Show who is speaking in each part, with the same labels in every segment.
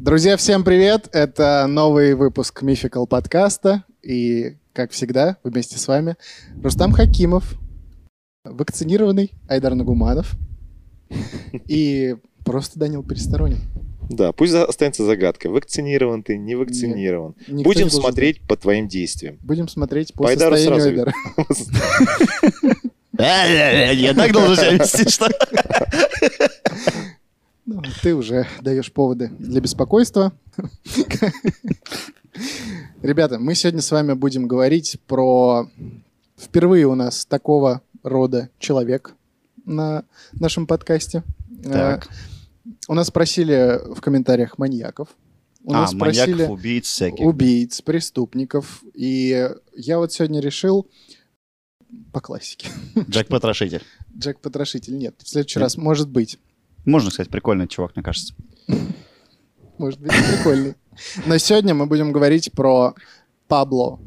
Speaker 1: Друзья, всем привет! Это новый выпуск Мификал подкаста. И, как всегда, вместе с вами Рустам Хакимов, вакцинированный Айдар Нагуманов и просто Данил Пересторонин.
Speaker 2: Да, пусть за- останется загадка. Вакцинирован ты, не вакцинирован.
Speaker 1: Никто
Speaker 2: Будем
Speaker 1: не должен
Speaker 2: смотреть по твоим действиям.
Speaker 1: Будем смотреть по
Speaker 2: По Айдару
Speaker 1: состоянию
Speaker 2: сразу
Speaker 1: Айдара.
Speaker 3: Я так должен себя вести, что...
Speaker 1: Ну, ты уже даешь поводы для беспокойства. Ребята, мы сегодня с вами будем говорить про... Впервые у нас такого рода человек на нашем подкасте.
Speaker 3: Так.
Speaker 1: Э, У нас спросили в комментариях маньяков. У
Speaker 3: А,
Speaker 1: нас
Speaker 3: маньяков,
Speaker 1: спросили
Speaker 3: убийц всяких.
Speaker 1: убийц, преступников. И я вот сегодня решил по классике.
Speaker 3: Джек Потрошитель.
Speaker 1: Джек-потрошитель. Нет, в следующий
Speaker 3: Нет.
Speaker 1: раз, может быть.
Speaker 3: Можно, кстати, прикольный чувак, мне кажется.
Speaker 1: Может быть, прикольный. Но сегодня мы будем говорить про Пабло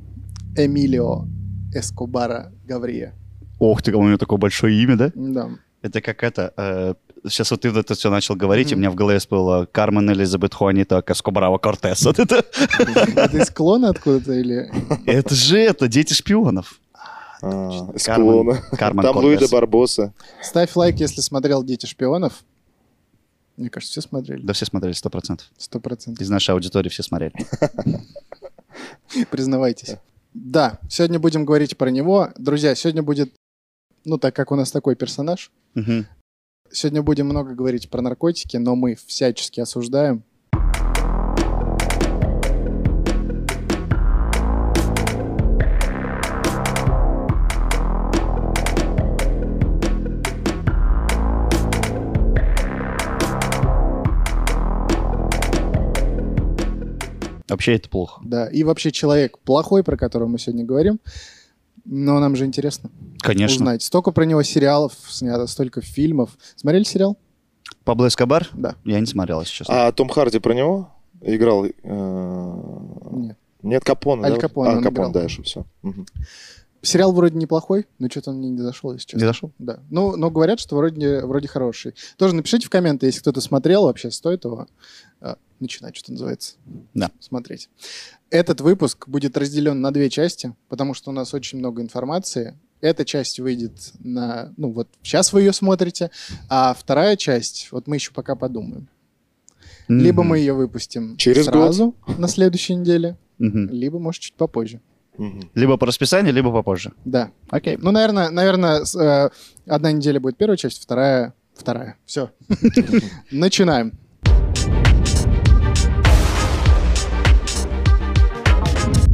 Speaker 1: Эмилио Эскобара Гаврия.
Speaker 3: Ох ты, у него такое большое имя, да?
Speaker 1: Да.
Speaker 3: Это как это... э, Сейчас вот ты вот это все начал говорить, и у
Speaker 1: Мгм.
Speaker 3: меня в голове всплыло Кармен Элизабет Хуанита Каскобрава Кортес. Вот это...
Speaker 1: Это из клона откуда-то или...
Speaker 3: Это же это, дети шпионов.
Speaker 2: А, Из
Speaker 3: Кармен.
Speaker 2: клона.
Speaker 3: Кармен
Speaker 2: Там Луида
Speaker 3: Кортес.
Speaker 2: Барбоса.
Speaker 1: Ставь лайк, если смотрел «Дети шпионов». Мне кажется, все смотрели.
Speaker 3: Да все смотрели, сто процентов.
Speaker 1: Сто процентов.
Speaker 3: Из нашей аудитории все смотрели.
Speaker 1: Признавайтесь. Да, сегодня будем говорить про него. Друзья, сегодня будет... Ну, так как у нас такой персонаж,
Speaker 3: Мгм.
Speaker 1: сегодня будем много говорить про наркотики, но мы всячески осуждаем.
Speaker 3: Вообще это плохо.
Speaker 1: Да, и вообще человек плохой, про которого мы сегодня говорим. Но нам же интересно
Speaker 3: Конечно.
Speaker 1: узнать. Столько про него сериалов снято, столько фильмов. Смотрели сериал?
Speaker 3: Пабло Эскобар?
Speaker 1: Да.
Speaker 3: Я не смотрел, если честно.
Speaker 2: А Том Харди про него играл? э,
Speaker 1: Нет.
Speaker 2: Нет, Капона.
Speaker 1: Аль
Speaker 2: да?
Speaker 1: Капоне
Speaker 2: А,
Speaker 1: он играл.
Speaker 2: Капон дальше, все.
Speaker 1: Сериал вроде неплохой, но что-то он мне не зашел, если честно.
Speaker 3: Не зашел?
Speaker 1: Да. Ну, но говорят, что вроде, вроде хороший. Тоже напишите в комменты, если кто-то смотрел, вообще стоит его э, начинать, что называется.
Speaker 3: Да.
Speaker 1: с- Смотреть. Этот выпуск будет разделен на две части, потому что у нас очень много информации. Эта часть выйдет на... Ну, вот сейчас вы ее смотрите, а вторая часть, вот мы еще пока подумаем. Либо
Speaker 3: Мгм.
Speaker 1: мы ее выпустим
Speaker 2: Через год.
Speaker 1: сразу на следующей неделе,
Speaker 3: Мгм.
Speaker 1: либо, может, чуть попозже.
Speaker 3: Либо по расписанию, либо попозже.
Speaker 1: Да.
Speaker 3: Окей.
Speaker 1: Ну, наверное, наверное, с- э, одна неделя будет первая часть, вторая, вторая. Все. Начинаем.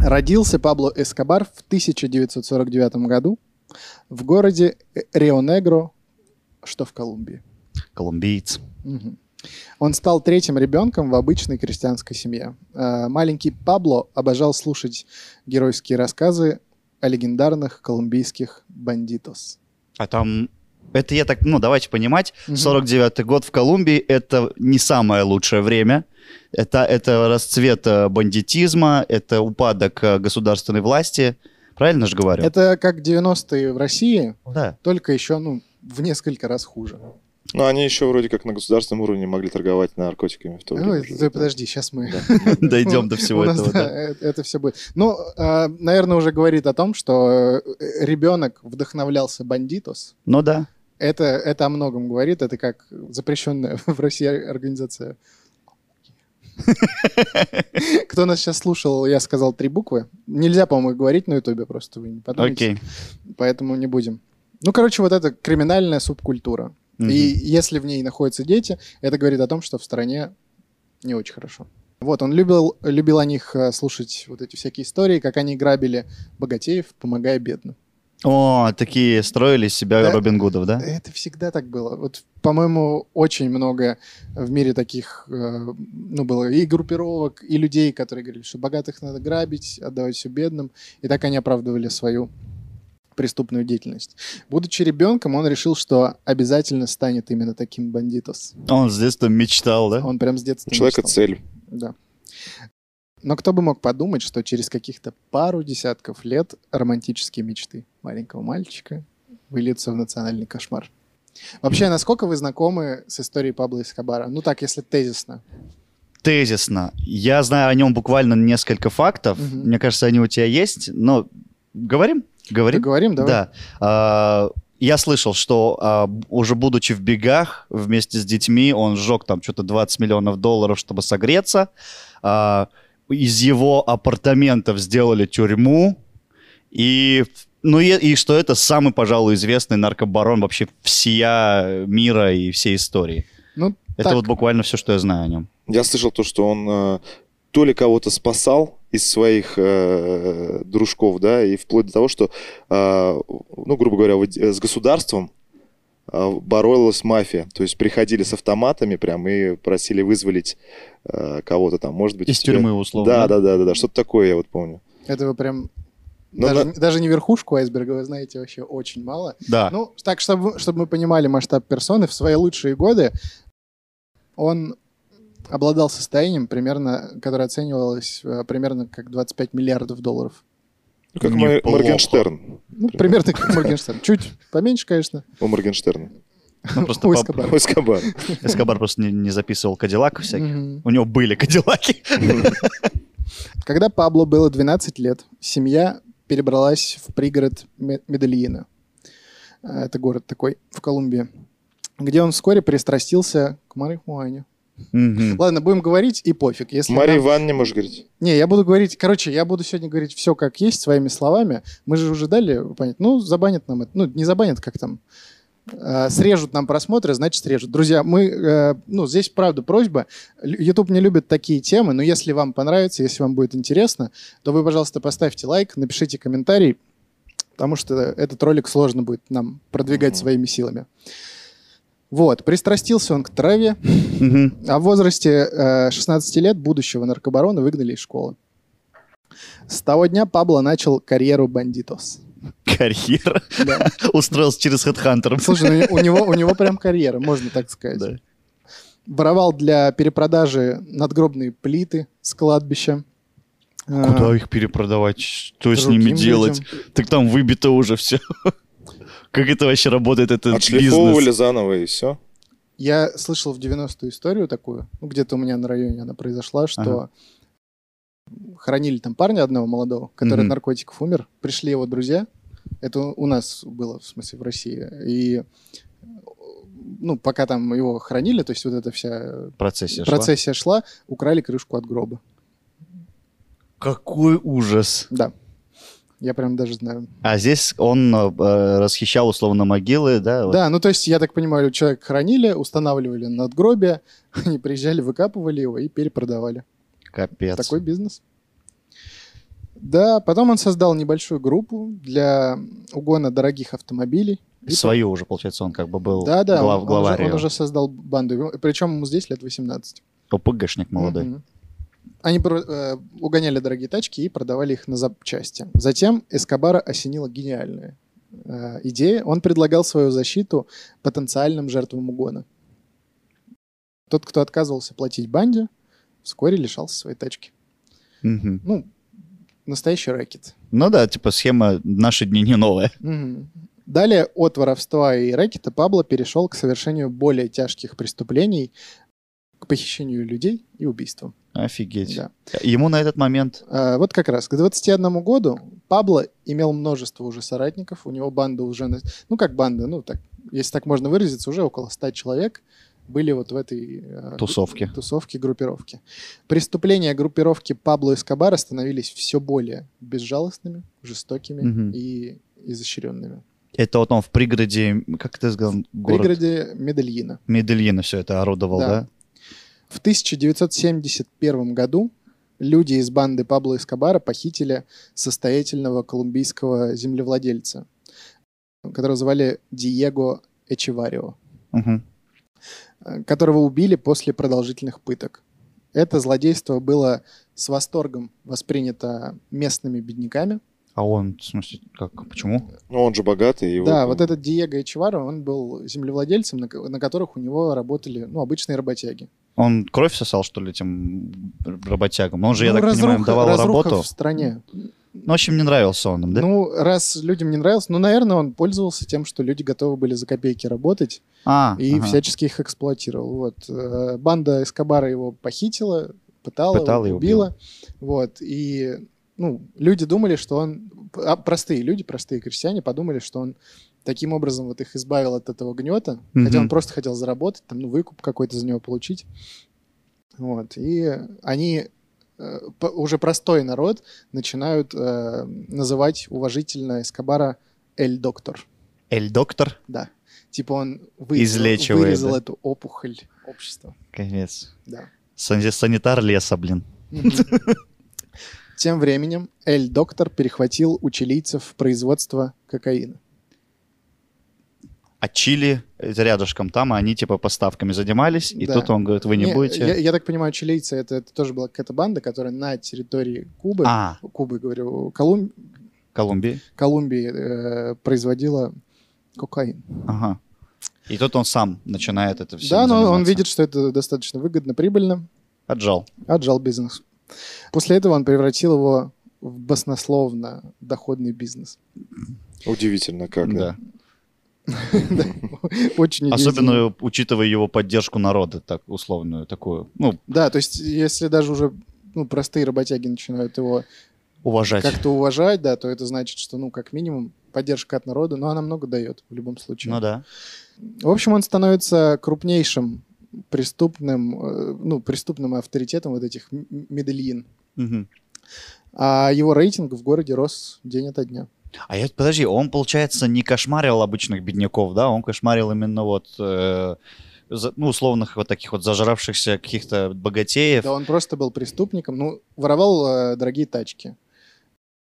Speaker 1: Родился Пабло Эскобар в 1949 году в городе Рио-Негро, что в Колумбии.
Speaker 3: Колумбиец.
Speaker 1: Мгм. Он стал третьим ребенком в обычной крестьянской семье. Э, Маленький Пабло обожал слушать геройские рассказы о легендарных колумбийских бандитос.
Speaker 3: А там... Это я так, ну, давайте понимать,
Speaker 1: Мгм.
Speaker 3: 49-й год в Колумбии — это не самое лучшее время. Это, это расцвет э, бандитизма, это упадок э, государственной власти. Правильно же говорю?
Speaker 1: Это как 90-е в России,
Speaker 3: Да.
Speaker 1: только еще ну, в несколько раз хуже.
Speaker 2: Но Ну, они еще вроде как на государственном уровне могли торговать наркотиками в то время.
Speaker 1: Ой,
Speaker 2: уже,
Speaker 1: да
Speaker 2: да.
Speaker 1: Ну, подожди, сейчас мы...
Speaker 3: Дойдем
Speaker 1: Ну, у
Speaker 3: до всего
Speaker 1: нас,
Speaker 3: этого.
Speaker 1: да,
Speaker 3: да.
Speaker 1: э- Это все будет. Ну, э, наверное, уже говорит о том, что э, ребенок вдохновлялся бандитос,
Speaker 3: Ну да.
Speaker 1: Это, это о многом говорит. Это как запрещенная в России организация. Кто нас сейчас слушал, я сказал три буквы. Нельзя, по-моему, их говорить на Ютубе, просто вы не подумайте.
Speaker 3: Окей.
Speaker 1: Поэтому не будем. Ну, короче, вот это криминальная субкультура.
Speaker 3: Мгм.
Speaker 1: И если в ней находятся дети, это говорит о том, что в стране не очень хорошо. Вот, он любил, любил о них э, слушать вот эти всякие истории, как они грабили богатеев, помогая бедным.
Speaker 3: О, такие строили из себя
Speaker 1: Да.
Speaker 3: Робин Гудов, да?
Speaker 1: Это всегда так было. Вот, по-моему, очень много в мире таких, э, ну, было и группировок, и людей, которые говорили, что богатых надо грабить, отдавать все бедным. И так они оправдывали свою преступную деятельность. Будучи ребенком, он решил, что обязательно станет именно таким бандитос.
Speaker 3: Он с детства мечтал, да?
Speaker 1: Он прям с детства
Speaker 2: У человека
Speaker 1: мечтал.
Speaker 2: цель.
Speaker 1: Да. Но кто бы мог подумать, что через каких-то пару десятков лет романтические мечты маленького мальчика выльются в национальный кошмар. Вообще, насколько вы знакомы с историей Пабло Эскобара? Ну так, если тезисно.
Speaker 3: тезисно. Я знаю о нем буквально несколько фактов.
Speaker 1: Мгм.
Speaker 3: Мне кажется, они у тебя есть, но говорим? Говорим?
Speaker 1: Договорим, давай?
Speaker 3: Да. А, Я слышал, что а, б- уже будучи в бегах вместе с детьми, он сжег там что-то 20 миллионов долларов, чтобы согреться. А, Из его апартаментов сделали тюрьму. И, ну, и, и что это самый, пожалуй, известный наркобарон вообще всея мира и всей истории.
Speaker 1: Ну,
Speaker 3: это
Speaker 1: так.
Speaker 3: вот буквально все, что я знаю о нем.
Speaker 2: Я слышал то, что он э, то ли кого-то спасал из своих э, дружков, да, и вплоть до того, что, э, ну, грубо говоря, вот, э, с государством э, боролась мафия. То есть приходили с автоматами прям и просили вызволить э, кого-то там, может быть...
Speaker 3: Из
Speaker 2: у тебя-
Speaker 3: тюрьмы, условно.
Speaker 2: Да, да, да, да, да, что-то такое я вот помню.
Speaker 1: Это вы прям...
Speaker 2: Ну,
Speaker 1: даже,
Speaker 2: да.
Speaker 1: даже не верхушку айсберга, вы знаете вообще очень мало.
Speaker 3: Да.
Speaker 1: Ну, так, чтобы, чтобы мы понимали масштаб персоны, в свои лучшие годы он обладал состоянием, примерно, которое оценивалось э, примерно как 25 миллиардов долларов.
Speaker 2: Ну, Как Мор-
Speaker 3: неплохо.
Speaker 2: Моргенштерн.
Speaker 1: Ну, примерно как Моргенштерн. Чуть поменьше, конечно.
Speaker 2: У Моргенштерна.
Speaker 3: Ну, просто
Speaker 1: Ой,
Speaker 3: по-
Speaker 1: скоба.
Speaker 2: Ой, Скобан.
Speaker 3: Эскобар просто не, не записывал Кадиллак всяких.
Speaker 1: Мгм.
Speaker 3: У него были Кадиллаки.
Speaker 1: Когда Пабло было 12 лет, семья перебралась в пригород Ме- Медельина. Э, Это город такой в Колумбии. Где он вскоре пристрастился к марихуане.
Speaker 3: Мгм.
Speaker 1: Ладно, будем говорить и пофиг. Если
Speaker 2: Мария
Speaker 1: нам-
Speaker 2: Ивановна, можешь говорить?
Speaker 1: Не, я буду говорить, короче, я буду сегодня говорить все как есть, своими словами. Мы же уже дали понять, ну, забанят нам это. Ну, не забанят, как там. Э, Срежут нам просмотры, значит, срежут. Друзья, мы, э, ну, здесь, правда, просьба. Лю- YouTube не любит такие темы, но если вам понравится, если вам будет интересно, то вы, пожалуйста, поставьте лайк, напишите комментарий, потому что этот ролик сложно будет нам продвигать
Speaker 2: Мгм.
Speaker 1: своими силами. Вот, пристрастился он к траве,
Speaker 3: Мгм.
Speaker 1: а в возрасте э, 16 лет будущего наркобарона выгнали из школы. С того дня Пабло начал карьеру бандитос.
Speaker 3: Карьера.
Speaker 1: Да.
Speaker 3: Устроился через Хедхантер.
Speaker 1: Слушай, ну, у него, у него прям карьера, можно так сказать.
Speaker 3: Да.
Speaker 1: Воровал для перепродажи надгробные плиты с кладбища. Э,
Speaker 3: Куда их перепродавать? Что с
Speaker 1: другим
Speaker 3: ними
Speaker 1: людям.
Speaker 3: делать? Так там выбито уже все. Как это вообще работает, этот
Speaker 2: Отшлифовывали
Speaker 3: бизнес?
Speaker 2: заново и все.
Speaker 1: Я слышал в 90-ю историю такую, ну, где-то у меня на районе она произошла, что хоронили там парня одного молодого, который от
Speaker 3: Мгм.
Speaker 1: наркотиков умер. Пришли его друзья, это у нас было, в смысле, в России. И, ну, пока там его хоронили, то есть вот эта вся
Speaker 3: Процессия шла.
Speaker 1: процессия шла, украли крышку от гроба.
Speaker 3: Какой ужас.
Speaker 1: Да. Я прям даже знаю.
Speaker 3: А здесь он э, расхищал условно могилы, да? вот.
Speaker 1: Да, ну то есть, я так понимаю, человека хоронили, устанавливали надгробие, они приезжали, выкапывали его и перепродавали.
Speaker 3: Капец.
Speaker 1: Такой бизнес. Да, потом он создал небольшую группу для угона дорогих автомобилей. И
Speaker 3: Свою уже, получается, он как бы был
Speaker 1: Да, да,
Speaker 3: глав-
Speaker 1: он, он
Speaker 3: главарь.
Speaker 1: уже, он
Speaker 3: его.
Speaker 1: уже создал банду. Причем ему здесь лет 18.
Speaker 3: ОПГшник молодой.
Speaker 1: Мгм. Они про- э, угоняли дорогие тачки и продавали их на запчасти. Затем Эскобара осенила гениальная э, идея. Он предлагал свою защиту потенциальным жертвам угона. Тот, кто отказывался платить банде, вскоре лишался своей тачки.
Speaker 3: Мгм.
Speaker 1: Ну, настоящий рэкет.
Speaker 3: Ну да, типа схема «Наши дни не новая».
Speaker 1: Мгм. Далее от воровства и рэкета Пабло перешел к совершению более тяжких преступлений, к похищению людей и убийствам.
Speaker 3: Офигеть.
Speaker 1: Да.
Speaker 3: Ему на этот момент...
Speaker 1: А, вот как раз, к 21 году Пабло имел множество уже соратников, у него банда уже, на- ну как банда, ну так, если так можно выразиться, уже около 100 человек были вот в этой э,
Speaker 3: Тусовке.
Speaker 1: тусовке группировки. Преступления группировки Пабло Эскобара становились все более безжалостными, жестокими
Speaker 3: Мгм.
Speaker 1: и изощренными.
Speaker 3: Это вот он в пригороде, как ты сказал,
Speaker 1: В
Speaker 3: город
Speaker 1: пригороде Медельина.
Speaker 3: Медельина все это орудовал,
Speaker 1: Да.
Speaker 3: да?
Speaker 1: В 1971 году люди из банды Пабло Эскобара похитили состоятельного колумбийского землевладельца, которого звали Диего Эчеварио,
Speaker 3: Мгм.
Speaker 1: э, которого убили после продолжительных пыток. Это злодейство было с восторгом воспринято местными бедняками.
Speaker 3: А он, в смысле, как, почему?
Speaker 2: Ну, он же богатый. и
Speaker 1: Да, вот этот Диего Эчеваро, он был землевладельцем, на ко- на которых у него работали ну, обычные работяги.
Speaker 3: Он кровь сосал, что ли, этим работягам? Он же, я
Speaker 1: Ну,
Speaker 3: так понимаю, им
Speaker 1: разруха-
Speaker 3: давал
Speaker 1: разруха
Speaker 3: работу.
Speaker 1: в стране.
Speaker 3: Ну, в общем, не нравился он им, да?
Speaker 1: Ну, раз людям не нравилось, ну, наверное, он пользовался тем, что люди готовы были за копейки работать
Speaker 3: а,
Speaker 1: и
Speaker 3: ага.
Speaker 1: всячески их эксплуатировал. Вот. Э, Банда Эскобара его похитила, пытала,
Speaker 3: Пытала и
Speaker 1: убила. Вот. И ну, люди думали, что он... а, простые люди, простые крестьяне подумали, что он таким образом вот их избавил от этого гнета,
Speaker 3: Мгм.
Speaker 1: хотя он просто хотел заработать, там, ну, выкуп какой-то за него получить. Вот. И они э, по- уже простой народ начинают э, называть уважительно Эскобара Эль-доктор.
Speaker 3: Эль Доктор.
Speaker 1: Да. Типа он вырезал,
Speaker 3: Излечивает,
Speaker 1: вырезал
Speaker 3: да?
Speaker 1: эту опухоль общества.
Speaker 3: Конец.
Speaker 1: Да.
Speaker 3: Сан- Санитар леса, блин.
Speaker 1: Мгм. Тем временем Эль-доктор перехватил у чилийцев производство кокаина.
Speaker 3: А Чили э, рядышком там, а они типа поставками занимались. И
Speaker 1: Да.
Speaker 3: тут он говорит, вы не, будете...
Speaker 1: Я, я так понимаю, чилийцы это, это тоже была какая-то банда, которая на территории Кубы,
Speaker 3: А,
Speaker 1: Кубы, говорю, Колум-
Speaker 3: Колумбия.
Speaker 1: Колумбии э, производила кокаин.
Speaker 3: Ага. И тут он сам начинает это все
Speaker 1: да, но он видит, что это достаточно выгодно, прибыльно,
Speaker 3: Отжал.
Speaker 1: отжал бизнес. После этого он превратил его в баснословно доходный бизнес.
Speaker 2: Удивительно, как, да.
Speaker 3: Да.
Speaker 1: Да, Очень удивительно.
Speaker 3: Особенно учитывая его поддержку народа, так условную такую. Ну,
Speaker 1: Да, то есть если даже уже ну, простые работяги начинают его
Speaker 3: уважать.
Speaker 1: как-то уважать, да, то это значит, что, ну, как минимум, поддержка от народа, но она много дает в любом случае.
Speaker 3: Ну да.
Speaker 1: В общем, он становится крупнейшим преступным, э, ну, преступным авторитетом вот этих м- м- медельин.
Speaker 3: Мгм.
Speaker 1: А его рейтинг в городе рос день ото дня.
Speaker 3: А я, подожди, он, получается, не кошмарил обычных бедняков, да? Он кошмарил именно вот, э, за- ну, условных вот таких вот зажравшихся каких-то богатеев.
Speaker 1: Да он просто был преступником, ну, воровал э, дорогие тачки,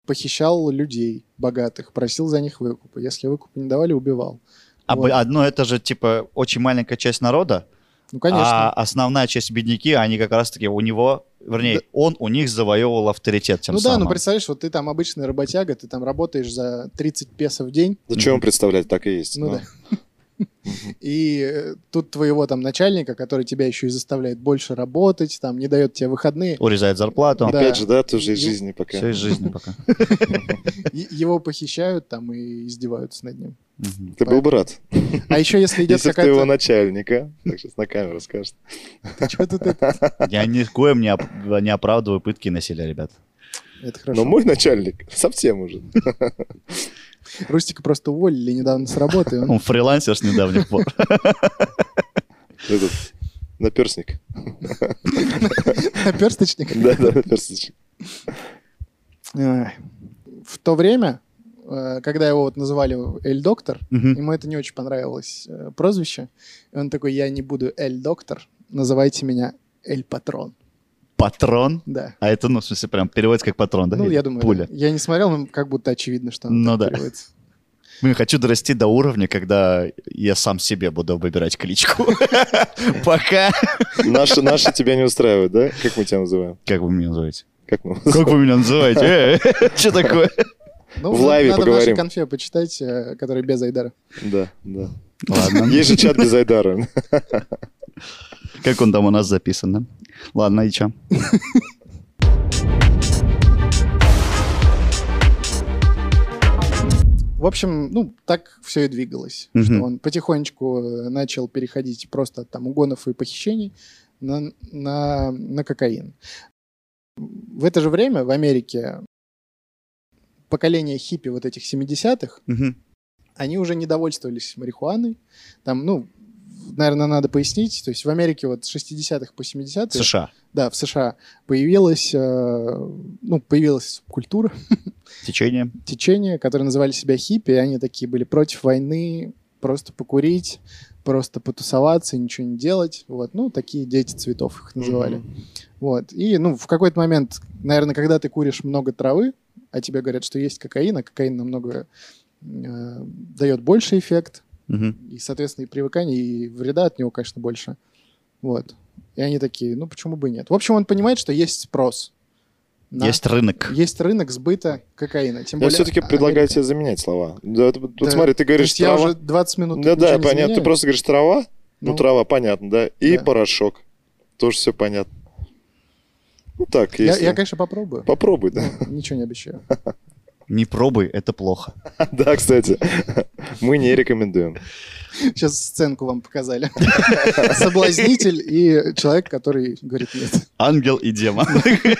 Speaker 1: похищал людей богатых, просил за них выкупа. Если выкупа не давали, убивал.
Speaker 3: а
Speaker 1: вот.
Speaker 3: бы- одно это же, типа, очень маленькая часть народа,
Speaker 1: Ну, конечно.
Speaker 3: а основная часть бедняки, они как раз-таки у него, вернее,
Speaker 1: Да.
Speaker 3: он у них завоевывал авторитет тем
Speaker 1: ну да,
Speaker 3: самым.
Speaker 1: ну представляешь, вот ты там обычный работяга, ты там работаешь за 30 песо в день,
Speaker 2: Зачем вам представлять, так и есть.
Speaker 1: Ну
Speaker 2: но.
Speaker 1: да. И э, тут твоего там начальника, который тебя еще и заставляет больше работать, там не дает тебе выходные,
Speaker 3: Урезает зарплату.
Speaker 1: Да.
Speaker 2: Опять же, да, тоже из
Speaker 1: Ю-
Speaker 2: жизни пока.
Speaker 3: Все из жизни пока.
Speaker 1: е- его похищают там и издеваются над ним.
Speaker 3: Мгм.
Speaker 2: Ты был бы рад,
Speaker 1: А еще если идет
Speaker 2: если бы ты его
Speaker 1: какая-то...
Speaker 2: начальника. Так сейчас на камеру скажет.
Speaker 1: Чё ты так?
Speaker 3: Я никоим не, оп- не оправдываю пытки и насилия, ребят.
Speaker 1: Это
Speaker 2: Но
Speaker 1: хорошо.
Speaker 2: мой начальник совсем уже.
Speaker 1: Рустика просто уволили недавно с работы. и он-
Speaker 3: Он фрилансер с недавних пор.
Speaker 2: Этот наперсник.
Speaker 1: Наперсточник.
Speaker 2: Да, да, наперсточник.
Speaker 1: Ай. В то время, э, когда его вот называли Эль-доктор,
Speaker 3: Мгм.
Speaker 1: ему это не очень понравилось э, прозвище. И он такой, я не буду Эль-доктор, называйте меня Эль-патрон.
Speaker 3: Патрон.
Speaker 1: Да.
Speaker 3: А это, ну, в смысле, прям переводится как патрон, да?
Speaker 1: Ну,
Speaker 3: Или
Speaker 1: я думаю,
Speaker 3: Пуля.
Speaker 1: да. я не смотрел, но как будто очевидно, что он
Speaker 3: Ну
Speaker 1: так
Speaker 3: да.
Speaker 1: переводится.
Speaker 3: Блин, хочу дорасти до уровня, когда я сам себе буду выбирать кличку. Пока.
Speaker 2: Наши, наши тебя не устраивают, да? Как мы тебя называем?
Speaker 3: Как вы меня называете?
Speaker 2: Как мы?
Speaker 3: Как вы меня называете? Э, Что такое?
Speaker 1: Ну,
Speaker 2: В
Speaker 1: на-
Speaker 2: лайве
Speaker 1: надо в нашей
Speaker 2: поговорим.
Speaker 1: конфе почитать, э, который без Айдара.
Speaker 2: Да, да.
Speaker 1: А ну.
Speaker 3: Ладно.
Speaker 2: Есть же чат без Айдара.
Speaker 3: Как он там у нас записан, да? Ладно, и чё?
Speaker 1: В общем, ну, так все и двигалось.
Speaker 3: Мгм.
Speaker 1: Что он потихонечку э, начал переходить просто от там угонов и похищений на, на, на кокаин. В это же время в Америке поколение хиппи вот этих 70-х,
Speaker 3: Мгм.
Speaker 1: они уже не довольствовались марихуаной. Там, ну, наверное, надо пояснить. То есть в Америке вот с 60-х по 70-е...
Speaker 3: США.
Speaker 1: Да, в США появилась, э, ну, появилась культура,
Speaker 3: Течение.
Speaker 1: течение, которые называли себя хиппи, и они такие были против войны, просто покурить, просто потусоваться, ничего не делать. Вот, ну, такие дети цветов их называли. Вот. И, ну, в какой-то момент, наверное, когда ты куришь много травы, а тебе говорят, что есть кокаин, а кокаин намного э, дает больше эффект,
Speaker 3: Мгм.
Speaker 1: и, соответственно, и привыкание, и вреда от него, конечно, больше. Вот. И они такие, ну почему бы и нет. В общем, он понимает, что есть спрос. на-
Speaker 3: Есть рынок.
Speaker 1: есть рынок сбыта кокаина. Тем
Speaker 2: Я
Speaker 1: более
Speaker 2: все-таки
Speaker 1: А-
Speaker 2: предлагаю
Speaker 1: Америка.
Speaker 2: тебе заменять слова. Да, ты-
Speaker 1: Да.
Speaker 2: Тут смотри, ты
Speaker 1: То
Speaker 2: говоришь
Speaker 1: есть я
Speaker 2: трава.
Speaker 1: уже 20 минут
Speaker 2: Да, да,
Speaker 1: ничего не
Speaker 2: понятно. Ты
Speaker 1: изменяю?
Speaker 2: просто говоришь трава, ну
Speaker 1: Ну,
Speaker 2: трава, понятно, да, и
Speaker 1: Да.
Speaker 2: порошок. Тоже все понятно. Ну, так,
Speaker 1: Я,
Speaker 2: если...
Speaker 1: я, конечно, попробую.
Speaker 2: Попробуй, да.
Speaker 1: Ну, Ничего не обещаю.
Speaker 3: Не пробуй, это плохо.
Speaker 2: Да, кстати, мы не рекомендуем.
Speaker 1: Сейчас сценку вам показали. Соблазнитель и человек, который говорит нет.
Speaker 3: Ангел и демон.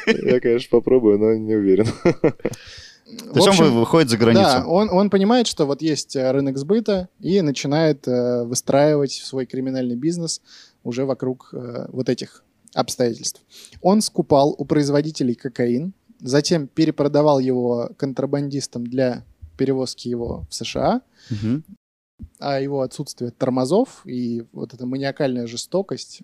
Speaker 2: Я, конечно, попробую, но не уверен.
Speaker 1: В
Speaker 3: Причем
Speaker 1: общем,
Speaker 3: вы- выходит за
Speaker 1: Да,
Speaker 3: границу.
Speaker 1: он, он понимает, что вот есть э, рынок сбыта и начинает э, выстраивать свой криминальный бизнес уже вокруг э, вот этих обстоятельств. Он скупал у производителей кокаин, затем перепродавал его контрабандистам для перевозки его в США,
Speaker 3: Мгм.
Speaker 1: а его отсутствие тормозов и вот эта маниакальная жестокость,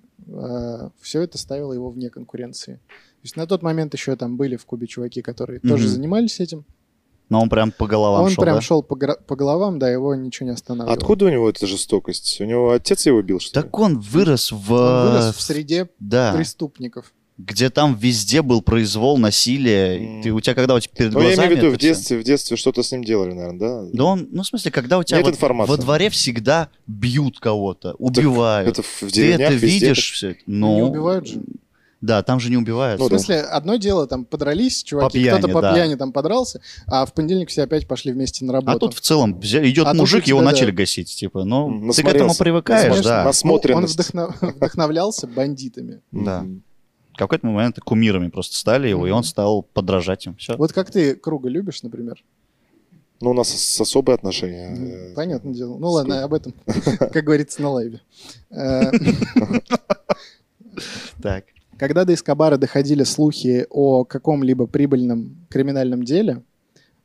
Speaker 1: все это ставило его вне конкуренции. То есть на тот момент еще там были в Кубе чуваки, которые тоже
Speaker 3: Мгм.
Speaker 1: занимались этим,
Speaker 3: Но он прям по головам
Speaker 1: он
Speaker 3: шел,
Speaker 1: прям
Speaker 3: да?
Speaker 1: шел по, гра- по головам, да, его ничего не останавливало.
Speaker 2: Откуда у него эта жестокость? У него отец его бил, что ли?
Speaker 3: Так он вырос в...
Speaker 1: Он вырос в среде
Speaker 3: Да,
Speaker 1: преступников.
Speaker 3: где там везде был произвол, насилие.
Speaker 2: М.
Speaker 3: и Ты, у тебя когда у тебя перед
Speaker 2: Ну, я
Speaker 3: глазами...
Speaker 2: имею в виду, в
Speaker 3: это всё?
Speaker 2: детстве, в детстве что-то с ним делали, наверное, да?
Speaker 3: Да он, ну, в смысле, когда у тебя
Speaker 2: Нет
Speaker 3: вот
Speaker 2: информации.
Speaker 3: во дворе всегда бьют кого-то, убивают.
Speaker 2: Это в
Speaker 3: Ты
Speaker 2: деревнях
Speaker 3: это
Speaker 2: везде
Speaker 3: видишь все. Ну,
Speaker 1: Не убивают же.
Speaker 3: Да, там же не убивают.
Speaker 2: Ну
Speaker 1: в смысле, одно дело, там подрались чуваки,
Speaker 3: По пьяни,
Speaker 1: кто-то по
Speaker 3: да.
Speaker 1: пьяни там подрался, а в понедельник все опять пошли вместе на работу.
Speaker 3: А тут в целом взя- идет
Speaker 1: А тут у
Speaker 3: мужик,
Speaker 1: тебя,
Speaker 3: его
Speaker 1: да.
Speaker 3: начали гасить, типа, ну, ты к
Speaker 2: Насмотрелся.
Speaker 3: этому привыкаешь,
Speaker 1: Конечно.
Speaker 3: да.
Speaker 1: Ну, Он
Speaker 2: Насмотренность.
Speaker 1: вдохно- вдохновлялся бандитами.
Speaker 2: Мгм.
Speaker 3: Да. В какой-то момент кумирами просто стали его, и он
Speaker 1: Мгм.
Speaker 3: стал подражать им. Все.
Speaker 1: Вот как ты Круга любишь, например?
Speaker 2: Ну, у нас с- особые отношения.
Speaker 1: Ну,
Speaker 2: э,
Speaker 1: Понятное дело. Ну
Speaker 2: с
Speaker 1: ладно, об этом, как говорится, на лайве. Э,
Speaker 3: Так.
Speaker 1: Когда до Эскобара доходили слухи о каком-либо прибыльном криминальном деле,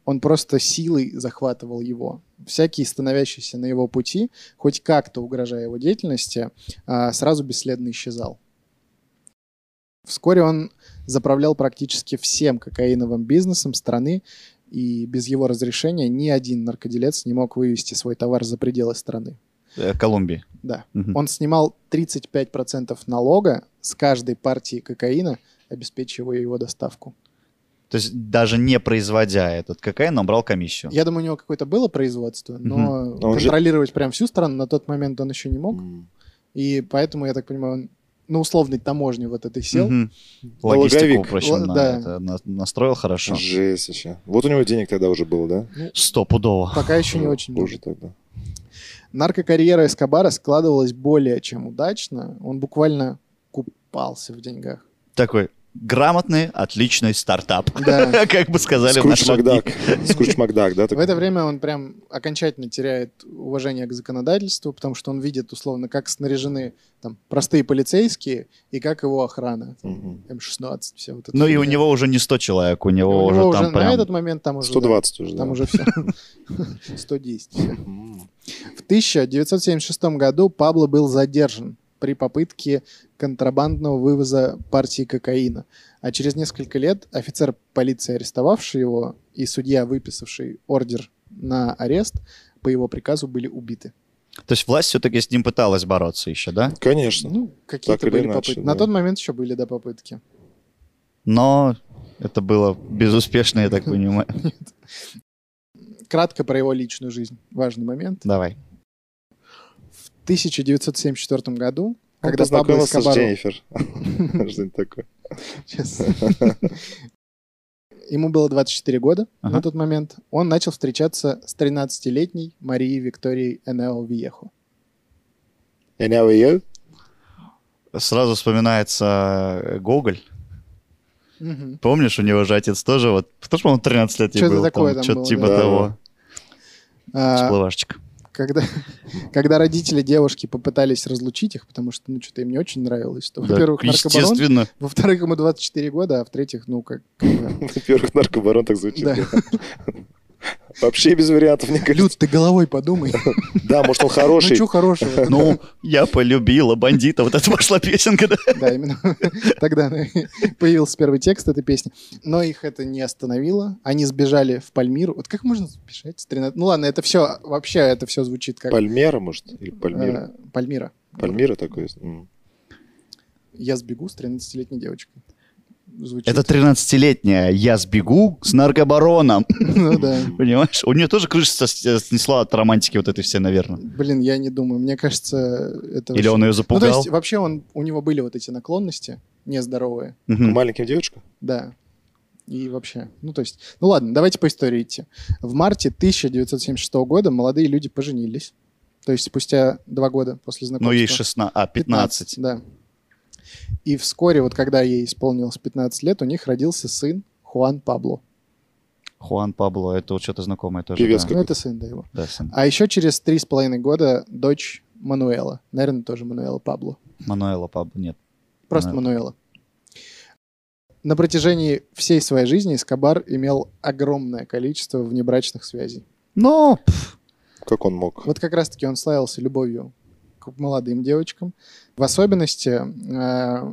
Speaker 1: он просто силой захватывал его. Всякие, становящиеся на его пути, хоть как-то угрожая его деятельности, а, сразу бесследно исчезал. Вскоре он заправлял практически всем кокаиновым бизнесом страны, и без его разрешения ни один наркоделец не мог вывести свой товар за пределы страны.
Speaker 3: Э, Колумбии.
Speaker 1: Да.
Speaker 3: Мгм.
Speaker 1: Он снимал 35% налога с каждой партии кокаина, обеспечивая его доставку.
Speaker 3: То есть даже не производя этот кокаин, он брал комиссию.
Speaker 1: Я думаю, у него какое-то было производство, но
Speaker 2: А он же-
Speaker 1: контролировать прям всю страну на тот момент он еще не мог.
Speaker 2: м.
Speaker 1: И поэтому, я так понимаю, он на условной таможне вот этой сел.
Speaker 3: Мгм. Логистику,
Speaker 2: Налоговик.
Speaker 3: впрочем,
Speaker 1: Л-
Speaker 3: на
Speaker 1: да.
Speaker 3: это на- настроил хорошо.
Speaker 2: Жесть вообще. Вот у него денег тогда уже было, да?
Speaker 3: Стопудово.
Speaker 1: Пока еще не очень много.
Speaker 2: Боже, тогда.
Speaker 1: Наркокарьера Эскобара складывалась более чем удачно. Он буквально купался в деньгах.
Speaker 3: Такой грамотный, отличный стартап.
Speaker 1: Да.
Speaker 3: Как бы сказали в
Speaker 2: Скрудж
Speaker 3: нашем
Speaker 2: Макдак. Скрудж Макдак, да?
Speaker 1: В
Speaker 2: такой?
Speaker 1: это время он прям окончательно теряет уважение к законодательству, потому что он видит, условно, как снаряжены там простые полицейские и как его охрана.
Speaker 2: Мгм.
Speaker 1: М16, все вот это.
Speaker 3: Ну и у
Speaker 1: фигня.
Speaker 3: него уже не 100 человек, у
Speaker 1: И
Speaker 3: него
Speaker 1: у
Speaker 3: уже
Speaker 1: него уже
Speaker 3: там
Speaker 1: на
Speaker 3: прям...
Speaker 1: этот момент там уже... да,
Speaker 2: 120 уже, да.
Speaker 1: Там уже все. 110. всё.
Speaker 2: М.
Speaker 1: В 1976 году Пабло был задержан при попытке контрабандного вывоза партии кокаина. А через несколько лет офицер полиции, арестовавший его, и судья, выписавший ордер на арест, по его приказу были убиты.
Speaker 3: То есть власть все-таки с ним пыталась бороться еще, да?
Speaker 2: Конечно.
Speaker 1: Ну, какие-то
Speaker 2: Так или
Speaker 1: были
Speaker 2: иначе,
Speaker 1: попытки.
Speaker 2: да.
Speaker 1: На тот момент еще были, да, попытки.
Speaker 3: Но это было безуспешно, я так понимаю.
Speaker 1: Кратко про его личную жизнь. Важный момент.
Speaker 3: Давай.
Speaker 1: В 1974 году,
Speaker 2: Он
Speaker 1: когда Пабло
Speaker 2: познакомился с
Speaker 1: Эскобару...
Speaker 2: Дженнифер. Что-нибудь такое.
Speaker 1: Сейчас. Ему было 24 года на
Speaker 3: Ага.
Speaker 1: тот момент. Он начал встречаться с 13-летней Марией Викторией Энео Виехо.
Speaker 2: And how are you?
Speaker 3: Сразу вспоминается э, Гоголь. Помнишь, у него же отец тоже вот... Потому что он 13 лет ей
Speaker 1: Чё-то
Speaker 3: был.
Speaker 1: такое там
Speaker 3: Что-то
Speaker 1: было,
Speaker 3: типа
Speaker 2: да.
Speaker 3: того.
Speaker 1: А,
Speaker 3: Всплывашечка.
Speaker 1: когда, когда родители девушки попытались разлучить их, потому что, ну, что-то им не очень нравилось, то,
Speaker 3: Да,
Speaker 1: во-первых, наркобарон,
Speaker 3: Естественно.
Speaker 1: во-вторых, ему 24 года, а в-третьих, ну, как... как бы,
Speaker 2: Во-первых, наркобарон так звучит.
Speaker 1: Да.
Speaker 2: Вообще без вариантов, мне кажется.
Speaker 1: Люд, ты головой подумай.
Speaker 2: Да, может, он
Speaker 1: Ну,
Speaker 2: хороший.
Speaker 1: что хорошего?
Speaker 3: Ну, я полюбила бандита. Вот это пошла песенка, да?
Speaker 1: Да, именно тогда она- появился первый текст этой песни. Но их это не остановило. Они сбежали в Пальмиру. Вот как можно сбежать с 13? Ну ладно, это все, вообще это все звучит как...
Speaker 2: Пальмера, может? Или
Speaker 1: э,
Speaker 2: Пальмира.
Speaker 1: Пальмира.
Speaker 2: Пальмира такой. м.
Speaker 1: Я сбегу с 13-летней девочкой. Звучит.
Speaker 3: Это 13-летняя. Я сбегу с наркобароном.
Speaker 1: Ну да.
Speaker 3: Понимаешь? У нее тоже крыша сос- э, снесла от романтики вот этой все, наверное.
Speaker 1: Блин, я не думаю. Мне кажется, это...
Speaker 3: Или
Speaker 1: вообще-
Speaker 3: он ее
Speaker 1: Ну то
Speaker 3: запугал.
Speaker 1: есть вообще он, у него были вот эти наклонности нездоровые.
Speaker 3: Мгм.
Speaker 2: К Маленьким девочкам?
Speaker 1: Да. И вообще, ну то есть, ну ладно, давайте по истории идти. В марте 1976 года молодые люди поженились. То есть спустя два года после
Speaker 3: Ну,
Speaker 1: знакомства.
Speaker 3: ей 16, а, 15.
Speaker 1: Да. И вскоре, вот когда ей исполнилось 15 лет, у них родился сын Хуан Пабло.
Speaker 3: Хуан Пабло, это вот что-то знакомое тоже.
Speaker 2: Певец
Speaker 3: да.
Speaker 1: Ну, это сын, да, его.
Speaker 3: Да, сын.
Speaker 1: А еще через три с половиной года дочь Мануэла. Наверное, тоже Мануэла Пабло.
Speaker 3: Мануэла Пабло, нет.
Speaker 1: Просто
Speaker 3: Да.
Speaker 1: Мануэла. На протяжении всей своей жизни Эскобар имел огромное количество внебрачных связей.
Speaker 3: Ну,
Speaker 2: Как он мог?
Speaker 1: Вот как раз-таки он славился любовью к молодым девочкам. В особенности э,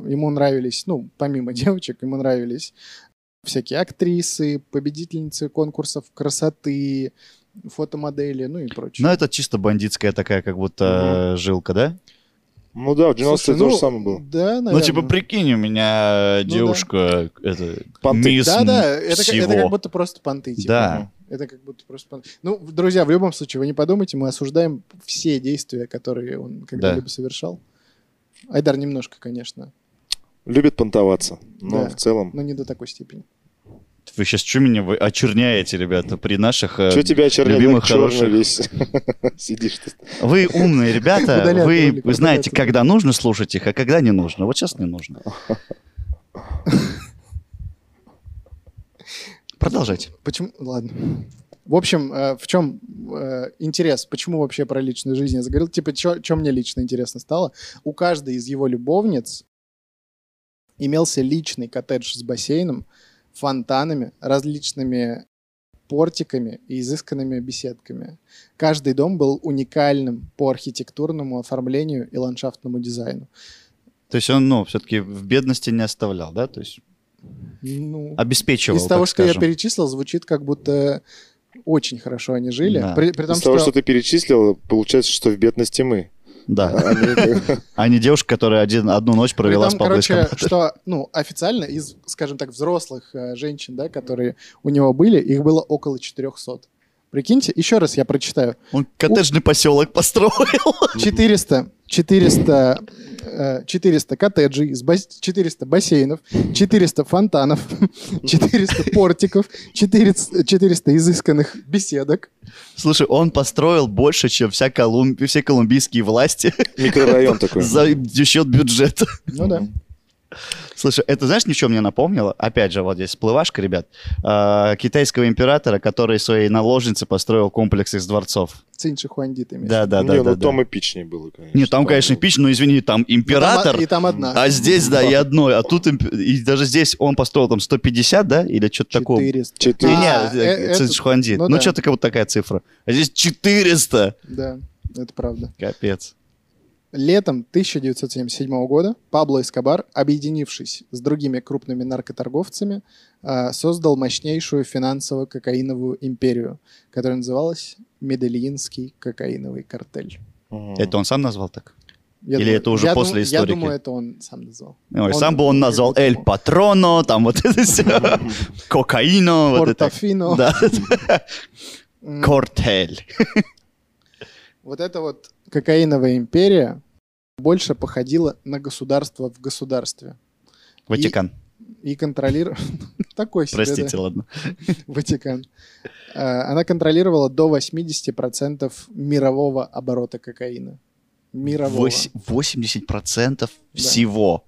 Speaker 1: ему нравились, ну, помимо девочек, ему нравились всякие актрисы, победительницы конкурсов красоты, фотомодели, ну и прочее.
Speaker 3: ну, это чисто бандитская такая как будто э, жилка, да?
Speaker 2: Ну да, в 90-е
Speaker 1: Слушай,
Speaker 2: то же
Speaker 1: ну,
Speaker 2: самое было.
Speaker 1: Да, наверное.
Speaker 3: Ну, типа, прикинь, у меня э,
Speaker 1: Ну,
Speaker 3: девушка, это,
Speaker 2: Понты.
Speaker 3: мисс
Speaker 1: Да, да, это, как- это как
Speaker 3: всего.
Speaker 1: будто просто понты. типа.
Speaker 3: Да.
Speaker 1: Это как будто просто... пон- Ну, в- друзья, в любом случае, вы не подумайте, мы осуждаем все действия, которые он когда-либо совершал. Айдар немножко, конечно,
Speaker 2: Любит понтоваться. Но
Speaker 1: Да.
Speaker 2: в целом...
Speaker 1: но не до такой степени.
Speaker 3: Вы сейчас что меня вы очерняете, ребята, при наших... э,
Speaker 2: Че тебя черный,
Speaker 3: любимых,
Speaker 2: черный
Speaker 3: хороших.
Speaker 2: весь сидишь ты?
Speaker 3: Вы умные ребята,
Speaker 1: Удалят
Speaker 3: вы
Speaker 1: ролик,
Speaker 3: вы знаете,
Speaker 1: удалят.
Speaker 3: когда нужно слушать их, а когда не нужно. Вот сейчас не нужно. Продолжайте.
Speaker 1: Почему? Ладно. В общем, э, в чем э, интерес? Почему вообще про личную жизнь я заговорил? Типа, что мне лично интересно стало? У каждой из его любовниц имелся личный коттедж с бассейном, фонтанами, различными портиками и изысканными беседками. Каждый дом был уникальным по архитектурному оформлению и ландшафтному дизайну.
Speaker 3: То есть он, ну, все-таки в бедности не оставлял, да? То есть
Speaker 1: Ну,
Speaker 3: А обеспечивал,
Speaker 1: из того,
Speaker 3: так
Speaker 1: что я
Speaker 3: скажем.
Speaker 1: перечислил, звучит как будто очень хорошо они жили.
Speaker 3: Да.
Speaker 1: При, при том,
Speaker 2: Из того, что ты перечислил, получается, что в бедности мы.
Speaker 3: Да.
Speaker 2: Они как-
Speaker 3: А не девушка, которая один, одну ночь провела
Speaker 1: При
Speaker 3: с
Speaker 1: том,
Speaker 3: Пабло
Speaker 1: короче,
Speaker 3: Эскобаром.
Speaker 1: что, ну, официально из, скажем так, взрослых э, женщин, да, которые у него были, их было около 400. Прикиньте, еще раз я прочитаю.
Speaker 3: Он коттеджный поселок построил.
Speaker 1: 400, 400, э, 400 коттеджей, с бас- 400 бассейнов, 400 фонтанов, 400 портиков, 400, 400 изысканных беседок.
Speaker 3: Слушай, он построил больше, чем вся Колумб... все колумбийские власти
Speaker 2: Микрорайон такой.
Speaker 3: за счет бюджета.
Speaker 1: Ну да.
Speaker 3: Слушай, это знаешь, ничего мне напомнило? Опять же, вот здесь всплывашка, ребят. А, китайского императора, который своей наложнице построил комплекс из дворцов.
Speaker 1: Цинчи Хуанди ты имеешь.
Speaker 3: Да, да, да.
Speaker 2: Не,
Speaker 3: да,
Speaker 2: ну
Speaker 3: да.
Speaker 2: там эпичнее было, конечно.
Speaker 3: Не, там, конечно,
Speaker 2: было.
Speaker 3: пич, но извини, там император.
Speaker 1: И там одна.
Speaker 3: А здесь, да, и одной. А тут имп- и даже здесь он построил там 150, да, или что-то такое.
Speaker 1: 400.
Speaker 2: Четыре.
Speaker 1: А,
Speaker 3: Не,
Speaker 1: э,
Speaker 3: э,
Speaker 1: это-
Speaker 3: Цзиньшхуанди.
Speaker 1: ну
Speaker 3: Ну,
Speaker 1: да.
Speaker 3: что-то как будто такая цифра. А здесь 400.
Speaker 1: Да, это правда.
Speaker 3: Капец.
Speaker 1: Летом 1977 года Пабло Эскобар, объединившись с другими крупными наркоторговцами, э, создал мощнейшую финансово-кокаиновую империю, которая называлась Медельинский кокаиновый картель.
Speaker 2: Мгм.
Speaker 3: Это он сам назвал так?
Speaker 1: Я
Speaker 3: Или это уже
Speaker 1: я
Speaker 3: после
Speaker 1: дум-
Speaker 3: историки?
Speaker 1: Я думаю, это он сам назвал.
Speaker 3: Ой,
Speaker 1: Он-
Speaker 3: сам бы он
Speaker 1: он
Speaker 3: назвал
Speaker 1: как-то
Speaker 3: Эль
Speaker 1: мог.
Speaker 3: Патроно, там вот это все. Кокаино, вот это.
Speaker 1: Портофино.
Speaker 3: Да.
Speaker 1: М,
Speaker 3: Кортель.
Speaker 1: Вот эта вот кокаиновая империя больше походила на государство в государстве.
Speaker 3: Ватикан.
Speaker 1: И контролировала... Такой себе, да.
Speaker 3: Простите, ладно.
Speaker 1: Ватикан. Э, Она контролировала до 80% мирового оборота кокаина. Мирового.
Speaker 3: Вось- 80%
Speaker 1: Да.
Speaker 3: всего.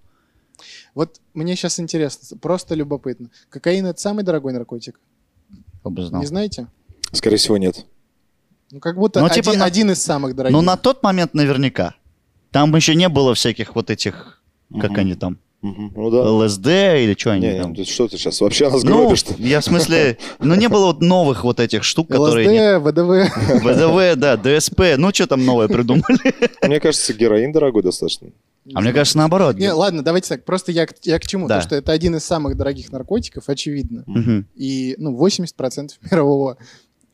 Speaker 1: Вот мне сейчас интересно, просто любопытно. Кокаин это самый дорогой наркотик.
Speaker 3: Кто бы знал.
Speaker 1: Не знаете?
Speaker 2: Скорее всего, нет.
Speaker 1: Ну, как будто
Speaker 3: Ну,
Speaker 1: один,
Speaker 3: типа на-
Speaker 1: один из самых дорогих.
Speaker 3: Но на тот момент наверняка. Там еще не было всяких вот этих, как
Speaker 2: Мгм.
Speaker 3: они там,
Speaker 2: Мгм. Ну да.
Speaker 3: ЛСД или что
Speaker 2: Не,
Speaker 3: они
Speaker 2: не,
Speaker 3: там.
Speaker 2: ну что ты сейчас вообще нас
Speaker 3: Ну,
Speaker 2: гробишь-то?
Speaker 3: я в смысле, ну не было вот новых вот этих штук, которые...
Speaker 1: ЛСД,
Speaker 3: нет.
Speaker 1: ВДВ.
Speaker 3: ВДВ, да, ДСП, ну что там новое придумали?
Speaker 2: Мне кажется, героин дорогой достаточно.
Speaker 3: А мне кажется, наоборот.
Speaker 1: Не, ладно, давайте так. Просто я, к- я к чему?
Speaker 3: Да.
Speaker 1: То, что это один из самых дорогих наркотиков, очевидно.
Speaker 3: Мгм.
Speaker 1: И, ну, 80% мирового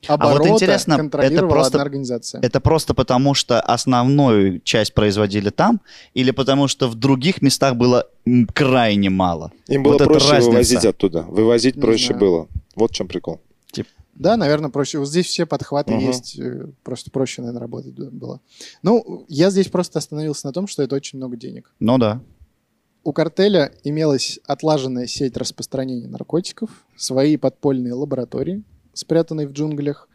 Speaker 3: А вот
Speaker 1: оборота
Speaker 3: интересно, это
Speaker 1: контролировала
Speaker 3: просто-
Speaker 1: одна организация.
Speaker 3: Это просто потому, что основную часть производили там, или потому, что в других местах было м, крайне мало?
Speaker 2: Им
Speaker 3: Вот
Speaker 2: было
Speaker 3: это
Speaker 2: проще
Speaker 3: разница.
Speaker 2: вывозить оттуда. Вывозить
Speaker 1: Не
Speaker 2: проще
Speaker 1: знаю.
Speaker 2: было. Вот в чем прикол.
Speaker 1: Да, наверное, проще. Вот здесь все подхваты
Speaker 2: Мгм.
Speaker 1: есть. э, Просто проще, наверное, работать было. Ну, я здесь просто остановился на том, что это очень много денег.
Speaker 3: Ну да.
Speaker 1: у картеля имелась отлаженная сеть распространения наркотиков, свои подпольные лаборатории, спрятанные в джунглях,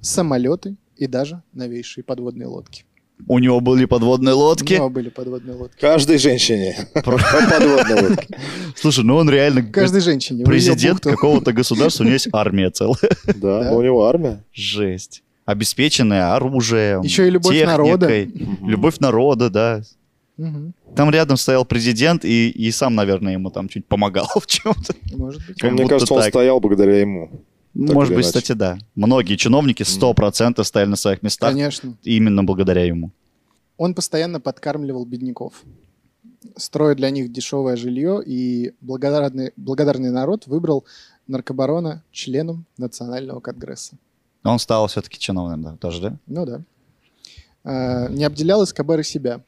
Speaker 1: самолеты и даже новейшие подводные лодки.
Speaker 3: У него были подводные лодки.
Speaker 1: У него были подводные лодки.
Speaker 2: Каждой женщине. По подводной лодке.
Speaker 3: Слушай, ну он реально
Speaker 1: Каждой женщине. в её
Speaker 3: президент
Speaker 1: бухту.
Speaker 3: какого-то государства, у него есть армия целая.
Speaker 2: Да,
Speaker 1: Да.
Speaker 2: но у него армия.
Speaker 3: Жесть. Обеспеченная оружием,
Speaker 1: Еще и любовь народа.
Speaker 3: техникой. Любовь народа, да.
Speaker 1: Мгм.
Speaker 3: Там рядом стоял президент и, и сам, наверное, ему там чуть помогал в чем-то.
Speaker 1: Может быть.
Speaker 3: Как
Speaker 2: Ну, Мне
Speaker 3: будто
Speaker 2: кажется, он
Speaker 3: так.
Speaker 2: стоял благодаря ему. или
Speaker 3: Может быть,
Speaker 2: иначе.
Speaker 3: кстати, да. Многие чиновники 100% стояли на своих местах
Speaker 1: Конечно.
Speaker 3: именно благодаря ему.
Speaker 1: Он постоянно подкармливал бедняков, строя для них дешевое жилье, и благодарный, благодарный народ выбрал наркобарона членом Национального конгресса.
Speaker 3: Он стал все-таки чиновным, да, тоже, да?
Speaker 1: Ну да. А, Не обделял Эскобар и себя.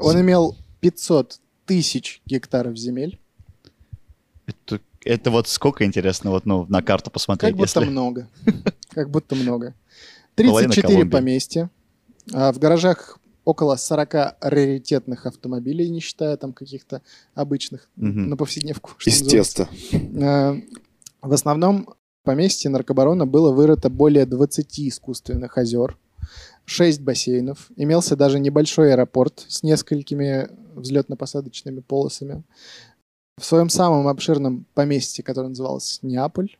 Speaker 1: Он имел 500 тысяч гектаров земель,
Speaker 3: Это, это вот сколько, интересно, вот ну, на карту посмотреть,
Speaker 1: как будто
Speaker 3: если...
Speaker 1: много. Как будто много.
Speaker 3: Половина
Speaker 1: 34
Speaker 3: Колумбии.
Speaker 1: поместья. А В гаражах около 40 раритетных автомобилей, не считая там каких-то обычных
Speaker 3: Мгм.
Speaker 1: на повседневку. что
Speaker 2: Из
Speaker 1: называется.
Speaker 2: теста.
Speaker 1: Э, В основном в поместье наркобарона было вырыто более 20 искусственных озер, 6 бассейнов, имелся даже небольшой аэропорт с несколькими взлетно-посадочными полосами. В своем самом обширном поместье, которое называлось Неаполь,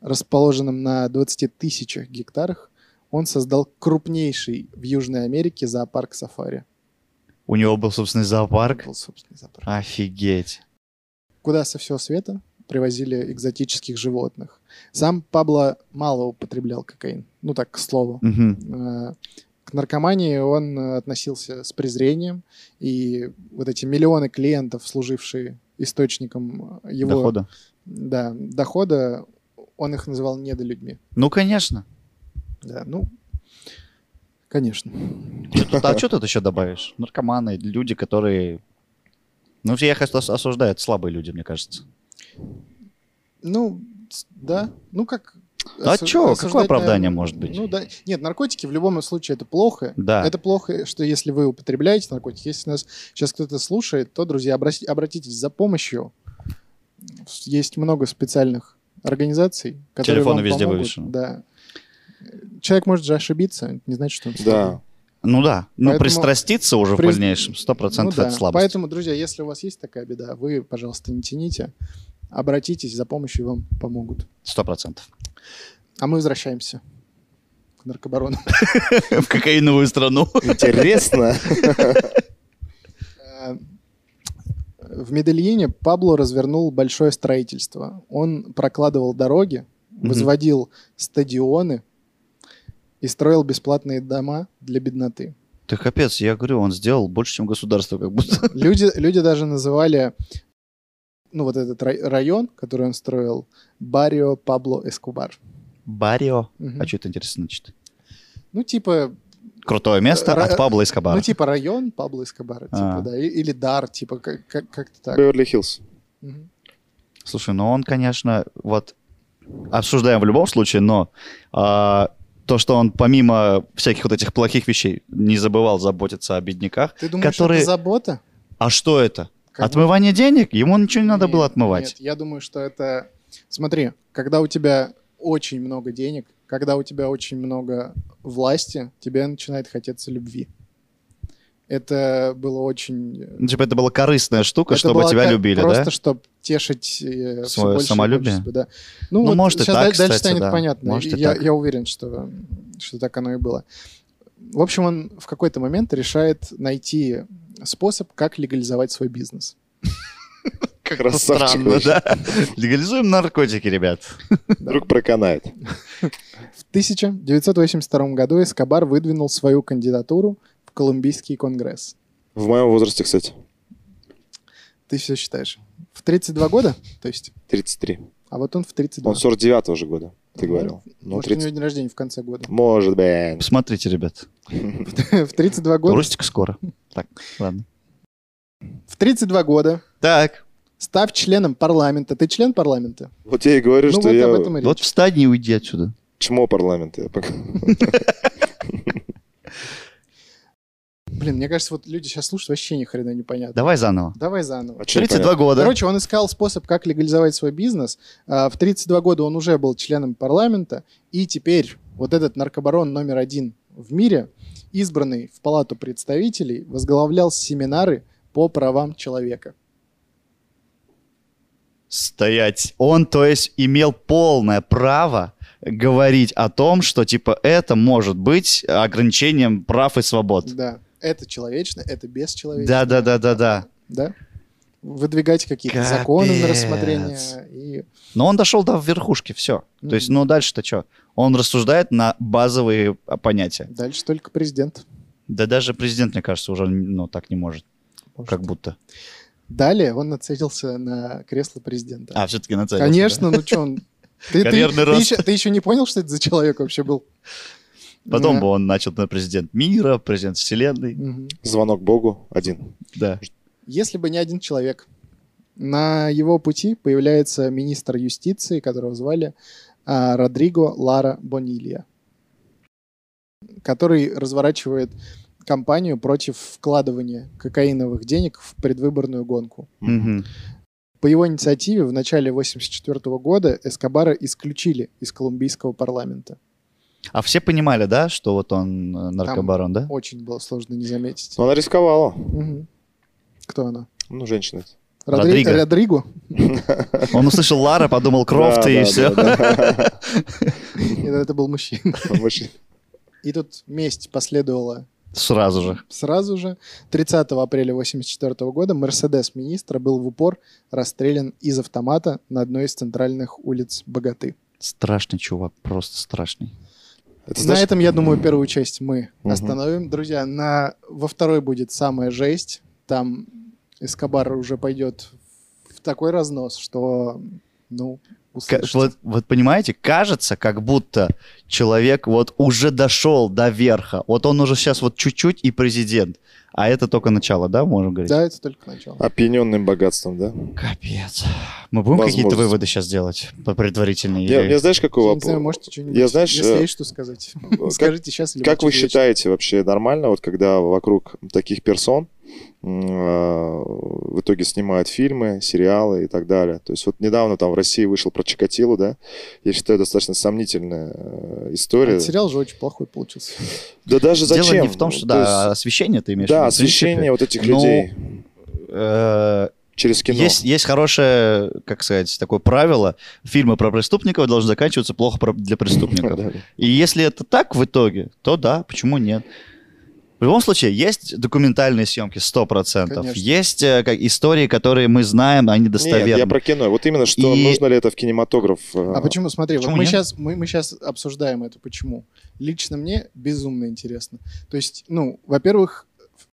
Speaker 1: расположенном на 20 тысячах гектарах, он создал крупнейший в Южной Америке зоопарк сафари.
Speaker 3: У него был собственный зоопарк.
Speaker 1: Был собственный зоопарк.
Speaker 3: Офигеть.
Speaker 1: куда со всего света привозили экзотических животных. Сам Пабло мало употреблял кокаин. Ну так, к слову.
Speaker 3: Мгм.
Speaker 1: Э, К наркомании он э, относился с презрением, и вот эти миллионы клиентов, служившие источником э, его
Speaker 3: Дохода.
Speaker 1: Да, дохода, он их называл недолюдьми.
Speaker 3: Ну, конечно.
Speaker 1: Да, ну, конечно.
Speaker 3: Тут- А что тут еще добавишь? Наркоманы, люди, которые... Ну, все их ос- осуждают, слабые люди, мне кажется.
Speaker 1: Ну, с- да. Ну, как...
Speaker 3: Да
Speaker 1: осу-
Speaker 3: А чё, какое
Speaker 1: осуждать,
Speaker 3: оправдание
Speaker 1: наверное,
Speaker 3: может быть?
Speaker 1: Ну, да. Нет, наркотики в любом случае это плохо.
Speaker 3: Да.
Speaker 1: Это плохо, что если вы употребляете наркотики. Если нас сейчас кто-то слушает, то, друзья, обрати- обратитесь за помощью. Есть много специальных организаций, которые
Speaker 3: Телефоны
Speaker 1: вам
Speaker 3: везде
Speaker 1: помогут.
Speaker 3: вывешены.
Speaker 1: Да. Человек может же ошибиться, не значит, что он
Speaker 2: Да.
Speaker 3: Ну да, но
Speaker 1: Поэтому-
Speaker 3: пристраститься уже
Speaker 1: При-
Speaker 3: в дальнейшем 100%
Speaker 1: Ну да,
Speaker 3: от слабости.
Speaker 1: Поэтому, друзья, если у вас есть такая беда, вы, пожалуйста, не тяните, обратитесь за помощью, и вам помогут.
Speaker 3: 100%.
Speaker 1: А мы возвращаемся к наркобарону.
Speaker 3: В кокаиновую страну.
Speaker 2: Интересно.
Speaker 1: Э, В Медельине Пабло развернул большое строительство. Он прокладывал дороги, возводил стадионы и строил бесплатные дома для бедноты.
Speaker 3: Ты капец, я говорю, он сделал больше, чем государство как будто.
Speaker 1: Люди, люди даже называли ну, вот этот рай- район, который он строил, Барио Пабло Эскобар.
Speaker 3: Барио.
Speaker 1: Мгм.
Speaker 3: А что это интересно значит?
Speaker 1: Ну, типа,
Speaker 3: Крутое место
Speaker 1: Ра-
Speaker 3: от Пабло Эскобара.
Speaker 1: ну, типа район Пабло Эскобара, типа,
Speaker 3: А. Э,
Speaker 1: да, и- или дар, типа, как- как- как-то так.
Speaker 2: Беверли-Хиллз.
Speaker 1: Мгм.
Speaker 3: Слушай, ну он, конечно, вот обсуждаем в любом случае, но а, то, что он помимо всяких вот этих плохих вещей не забывал заботиться о бедняках,
Speaker 1: Ты думаешь,
Speaker 3: Которые-
Speaker 1: это забота?
Speaker 3: а что это?
Speaker 1: Как бы-
Speaker 3: Отмывание денег? Ему ничего не надо
Speaker 1: Нет,
Speaker 3: было отмывать.
Speaker 1: Нет, я думаю, что это... Смотри, когда у тебя очень много денег, когда у тебя очень много власти, тебе начинает хотеться любви. Это было очень... э,
Speaker 3: Ну, типа это была корыстная штука,
Speaker 1: это
Speaker 3: чтобы
Speaker 1: было
Speaker 3: тебя
Speaker 1: как-
Speaker 3: любили,
Speaker 1: просто,
Speaker 3: да?
Speaker 1: чтобы тешить э, всё
Speaker 3: Своё
Speaker 1: больше и
Speaker 3: самолюбие?
Speaker 1: больше себя, да.
Speaker 3: Ну,
Speaker 1: вот
Speaker 3: может, и
Speaker 1: щас
Speaker 3: так,
Speaker 1: да- дальше
Speaker 3: кстати,
Speaker 1: станет
Speaker 3: да.
Speaker 1: понятно.
Speaker 3: Может, и
Speaker 1: я,
Speaker 3: так.
Speaker 1: я уверен, что, что так оно и было. В общем, он в какой-то момент решает найти способ, как легализовать свой бизнес.
Speaker 3: Это Странно, да? Легализуем наркотики, ребят.
Speaker 2: Вдруг проканает.
Speaker 1: В 1982 году Эскобар выдвинул свою кандидатуру в Колумбийский конгресс.
Speaker 2: В моем возрасте, кстати,
Speaker 1: Ты все считаешь? В 32 года? То есть,
Speaker 2: 33.
Speaker 1: а вот он в 32.
Speaker 2: Он 49 же года, ты
Speaker 1: Ну,
Speaker 2: говорил. Ну,
Speaker 1: Может, у
Speaker 2: 30.
Speaker 1: него день рождения в конце года.
Speaker 2: Может, блин.
Speaker 3: Смотрите, ребят.
Speaker 1: В 32 года,
Speaker 3: Рустик скоро. Так, ладно.
Speaker 1: в 32 года
Speaker 3: Так,
Speaker 1: став членом парламента. Ты член парламента?
Speaker 2: Вот я и говорю,
Speaker 1: ну
Speaker 2: что
Speaker 1: вот
Speaker 2: я
Speaker 1: об этом и
Speaker 3: вот
Speaker 1: речь.
Speaker 3: встань и уйди отсюда.
Speaker 2: чмо парламента. Я пока-
Speaker 1: Блин, мне кажется, вот люди сейчас слушают, вообще ни хрена не понятно.
Speaker 3: Давай заново.
Speaker 1: Давай заново.
Speaker 2: А чё не
Speaker 3: 32 года.
Speaker 1: Короче, он искал способ, как легализовать свой бизнес. А, В 32 года он уже был членом парламента, и теперь вот этот наркобарон номер один в мире, избранный в Палату представителей, возглавлял семинары по правам человека.
Speaker 3: Стоять. Он, то есть, имел полное право говорить о том, что, типа, это может быть ограничением прав и свобод.
Speaker 1: Да. Это человечно, это бесчеловечно.
Speaker 3: Да-да-да-да-да.
Speaker 1: Да? Выдвигать какие-то
Speaker 3: Капец.
Speaker 1: законы на рассмотрение. И...
Speaker 3: Но он дошел до верхушки, все. То есть,
Speaker 1: Мгм.
Speaker 3: ну, дальше-то что? Он рассуждает на базовые а, понятия.
Speaker 1: Дальше только президент.
Speaker 3: Да даже президент, мне кажется, уже, ну, так не может. Как будто.
Speaker 1: Далее он нацелился на кресло президента.
Speaker 3: А, все-таки нацелился. да?
Speaker 1: Конечно, ну что он... Ты, ты-
Speaker 3: Карьерный
Speaker 1: ты
Speaker 3: рост.
Speaker 1: еще, ты еще не понял, что это за человек вообще был?
Speaker 3: Потом
Speaker 1: Да.
Speaker 3: бы он начал на президент мира, президент вселенной.
Speaker 1: Мгм.
Speaker 2: Звонок Богу один.
Speaker 3: Да.
Speaker 1: Если бы не один человек, на его пути появляется министр юстиции, которого звали а, Родриго Лара Бонилья, который разворачивает кампанию против вкладывания кокаиновых денег в предвыборную гонку.
Speaker 3: Мгм.
Speaker 1: По его инициативе в начале 1984 года Эскобара исключили из колумбийского парламента.
Speaker 3: А все понимали, да, что вот он э, наркобарон, да?
Speaker 1: Очень было сложно не заметить.
Speaker 2: Но она рисковала.
Speaker 1: Мгм. Кто она?
Speaker 2: Ну, женщина.
Speaker 1: Родри-
Speaker 3: Родриго.
Speaker 1: Родриго?
Speaker 3: Он услышал Лара, подумал Крофт
Speaker 2: Да,
Speaker 3: и
Speaker 2: да,
Speaker 3: все.
Speaker 2: да,
Speaker 1: Нет, это был мужчина.
Speaker 2: да. Мышь.
Speaker 1: И тут месть последовала
Speaker 3: Сразу же.
Speaker 1: сразу же. 30 апреля 1984 года Мерседес министра был в упор расстрелян из автомата на одной из центральных улиц Богаты.
Speaker 3: Страшный чувак, просто страшный.
Speaker 2: Это
Speaker 1: На
Speaker 2: знаешь,
Speaker 1: этом, я думаю, первую часть мы
Speaker 2: Мгм.
Speaker 1: остановим. Друзья, на... во второй будет самая жесть. Там Эскобар уже пойдет в такой разнос, что, ну,
Speaker 3: Ка-
Speaker 1: услышите.
Speaker 3: вот, вот понимаете, кажется, как будто человек вот уже дошел до верха. Вот он уже сейчас вот чуть-чуть и президент. А это только начало, да, можем говорить?
Speaker 1: Да, это только начало.
Speaker 2: опьяненным богатством, да?
Speaker 3: Капец. Мы будем
Speaker 2: Возможно.
Speaker 3: какие-то выводы сейчас делать по предварительной
Speaker 2: Я,
Speaker 3: или-
Speaker 2: мне знаешь, какой
Speaker 1: Я
Speaker 2: вопрос?
Speaker 1: не знаю, можете что-нибудь,
Speaker 2: Я, знаешь,
Speaker 1: если
Speaker 2: э,
Speaker 1: есть что сказать.
Speaker 2: как-
Speaker 1: Скажите сейчас. или
Speaker 2: Как вы
Speaker 1: через-
Speaker 2: считаете вообще нормально, вот когда вокруг таких персон м, э, в итоге снимают фильмы, сериалы и так далее? То есть вот недавно там в России вышел про Чикатило, да? Я считаю, достаточно сомнительная э, история.
Speaker 1: Этот А сериал же очень плохой получился.
Speaker 2: Да даже
Speaker 3: А, Дело
Speaker 2: зачем?
Speaker 3: не в том, что
Speaker 2: То
Speaker 3: Ну, да,
Speaker 2: есть,
Speaker 3: освещение ты имеешь в
Speaker 2: да,
Speaker 3: виду, в принципе.
Speaker 2: освещение вот этих
Speaker 3: Ну,
Speaker 2: людей
Speaker 3: Э,
Speaker 2: через кино.
Speaker 3: Есть, есть хорошее, как сказать, такое правило. Фильмы про преступников должны заканчиваться плохо про- для преступников.
Speaker 2: Да.
Speaker 3: И если это так в итоге, то да, почему нет? В любом случае, есть документальные съемки 100%.
Speaker 1: Конечно.
Speaker 3: Есть э, как, истории, которые мы знаем, они достоверны.
Speaker 2: Нет, я про кино. Вот именно, что
Speaker 3: И-
Speaker 2: нужно ли это в кинематограф? э,
Speaker 1: А почему? Смотри,
Speaker 3: почему
Speaker 1: вот мы
Speaker 3: нет?
Speaker 1: сейчас мы, мы сейчас обсуждаем это. Почему? Лично мне безумно интересно. То есть, ну, во-первых, в-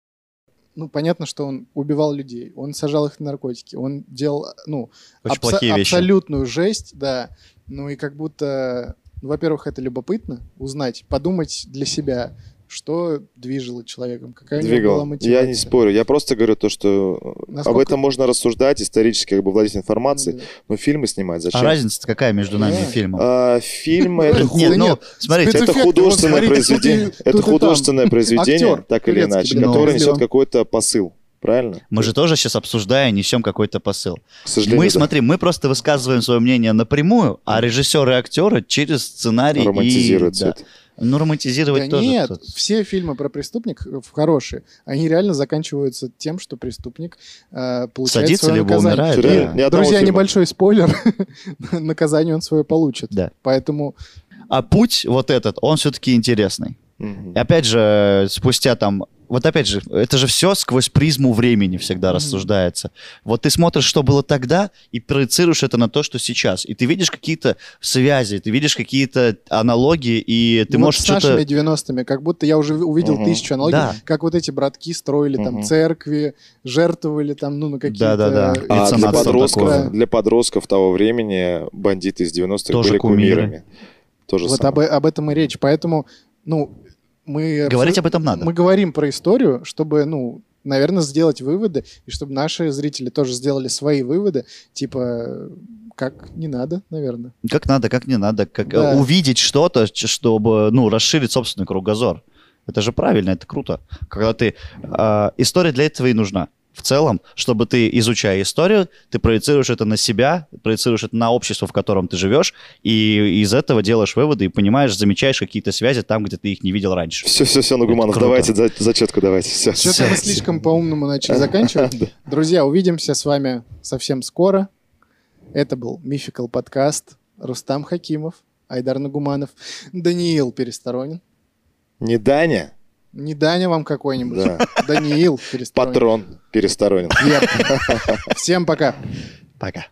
Speaker 1: ну понятно, что он убивал людей, он сажал их на наркотики, он делал, ну,
Speaker 3: Очень
Speaker 1: абсо-
Speaker 3: плохие вещи.
Speaker 1: абсолютную жесть, да. Ну и как будто, ну, во-первых, это любопытно узнать, подумать для себя, что движило человеком, какая у него была
Speaker 2: Двигал.
Speaker 1: мотивация.
Speaker 2: Я не спорю. Я просто говорю то, что э, об
Speaker 1: Насколько-
Speaker 2: этом можно рассуждать исторически, как бы владеть
Speaker 1: Ну,
Speaker 2: информацией.
Speaker 1: да.
Speaker 2: Но фильмы снимать
Speaker 3: А
Speaker 2: зачем?
Speaker 3: разница-то какая между нами и
Speaker 1: Да.
Speaker 3: фильмом?
Speaker 2: А, фильмы это,
Speaker 1: Нет,
Speaker 2: ху-
Speaker 3: Нет,
Speaker 1: да
Speaker 3: ну,
Speaker 1: нет.
Speaker 3: смотрите,
Speaker 2: это
Speaker 1: спецэффекты,
Speaker 2: художественное
Speaker 1: вот смотрите, тут и-
Speaker 2: произведение,
Speaker 1: тут и
Speaker 2: это
Speaker 1: там.
Speaker 2: художественное произведение,
Speaker 1: Актер
Speaker 2: так или
Speaker 1: турецкий,
Speaker 2: иначе,
Speaker 1: блин,
Speaker 2: которое
Speaker 1: сделан.
Speaker 2: несет какой-то посыл, правильно?
Speaker 3: мы же тоже сейчас обсуждая, несем какой-то посыл.
Speaker 2: К сожалению,
Speaker 3: Мы,
Speaker 2: да.
Speaker 3: смотри, мы просто высказываем свое мнение напрямую, а режиссеры и актеры через сценарий и-
Speaker 2: романтизирует
Speaker 3: да.
Speaker 2: всё это.
Speaker 3: Ну, романтизировать
Speaker 1: Да
Speaker 3: тоже.
Speaker 1: нет,
Speaker 3: тут.
Speaker 1: все фильмы про преступников хорошие. Они реально заканчиваются тем, что преступник э, получает
Speaker 3: Садится
Speaker 1: свое
Speaker 3: либо
Speaker 1: наказание.
Speaker 3: умирает,
Speaker 1: И,
Speaker 2: типа, да. Ни одного
Speaker 1: друзья,
Speaker 2: фильма.
Speaker 1: небольшой спойлер. наказание он свое получит.
Speaker 3: Да.
Speaker 1: Поэтому
Speaker 3: А путь вот этот, он все-таки интересный.
Speaker 2: Мгм.
Speaker 3: И опять же, спустя там... Вот опять же, это же все сквозь призму времени всегда
Speaker 1: Мгм.
Speaker 3: рассуждается. Вот ты смотришь, что было тогда, и проецируешь это на то, что сейчас. И ты видишь какие-то связи, ты видишь какие-то аналогии, и ты
Speaker 1: ну, вот
Speaker 3: можешь
Speaker 1: с
Speaker 3: что-то...
Speaker 1: нашими 90-ми, как будто я уже увидел
Speaker 2: Мгм.
Speaker 1: тысячу аналогий,
Speaker 3: Да.
Speaker 1: как вот эти братки строили там
Speaker 2: Мгм.
Speaker 1: церкви, жертвовали там, ну, на какие-то...
Speaker 3: Да-да-да.
Speaker 1: э,
Speaker 2: А
Speaker 3: Лица
Speaker 2: для
Speaker 3: нацистов
Speaker 2: подростков,
Speaker 1: такое.
Speaker 2: для подростков того времени бандиты из 90-х
Speaker 3: Тоже
Speaker 2: были
Speaker 3: кумиры.
Speaker 2: кумирами. То же
Speaker 1: Вот об,
Speaker 2: самое.
Speaker 1: об этом и речь. Поэтому, ну, мы...
Speaker 3: Говорить
Speaker 1: абсолю-
Speaker 3: об этом надо.
Speaker 1: Мы говорим про историю, чтобы, ну, наверное, сделать выводы, и чтобы наши зрители тоже сделали свои выводы, типа, как не надо, наверное.
Speaker 3: Как надо, как не надо, как э,
Speaker 1: Да.
Speaker 3: увидеть что-то, ч- чтобы, ну, расширить собственный кругозор. Это же правильно, это круто. Когда ты... а, история для этого и нужна. В целом, чтобы ты, изучая историю, ты проецируешь это на себя, проецируешь это на общество, в котором ты живешь, и из этого делаешь выводы и понимаешь, замечаешь какие-то связи там, где ты их не видел раньше.
Speaker 2: Все, все, все, Нугуманов,
Speaker 3: круто.
Speaker 2: давайте за- зачетку давайте. Все.
Speaker 1: Что-то мы слишком по-умному начали заканчивать. Друзья, увидимся с вами совсем скоро. Это был Мификал подкаст. Рустам Хакимов, Айдар Нагуманов, Даниил Пересторонин.
Speaker 2: Не Даня,
Speaker 1: Не Даня вам какой-нибудь.
Speaker 2: да,
Speaker 1: Даниил Пересторонин.
Speaker 2: патрон пересторонен.
Speaker 1: Yep. Всем пока.
Speaker 3: Пока.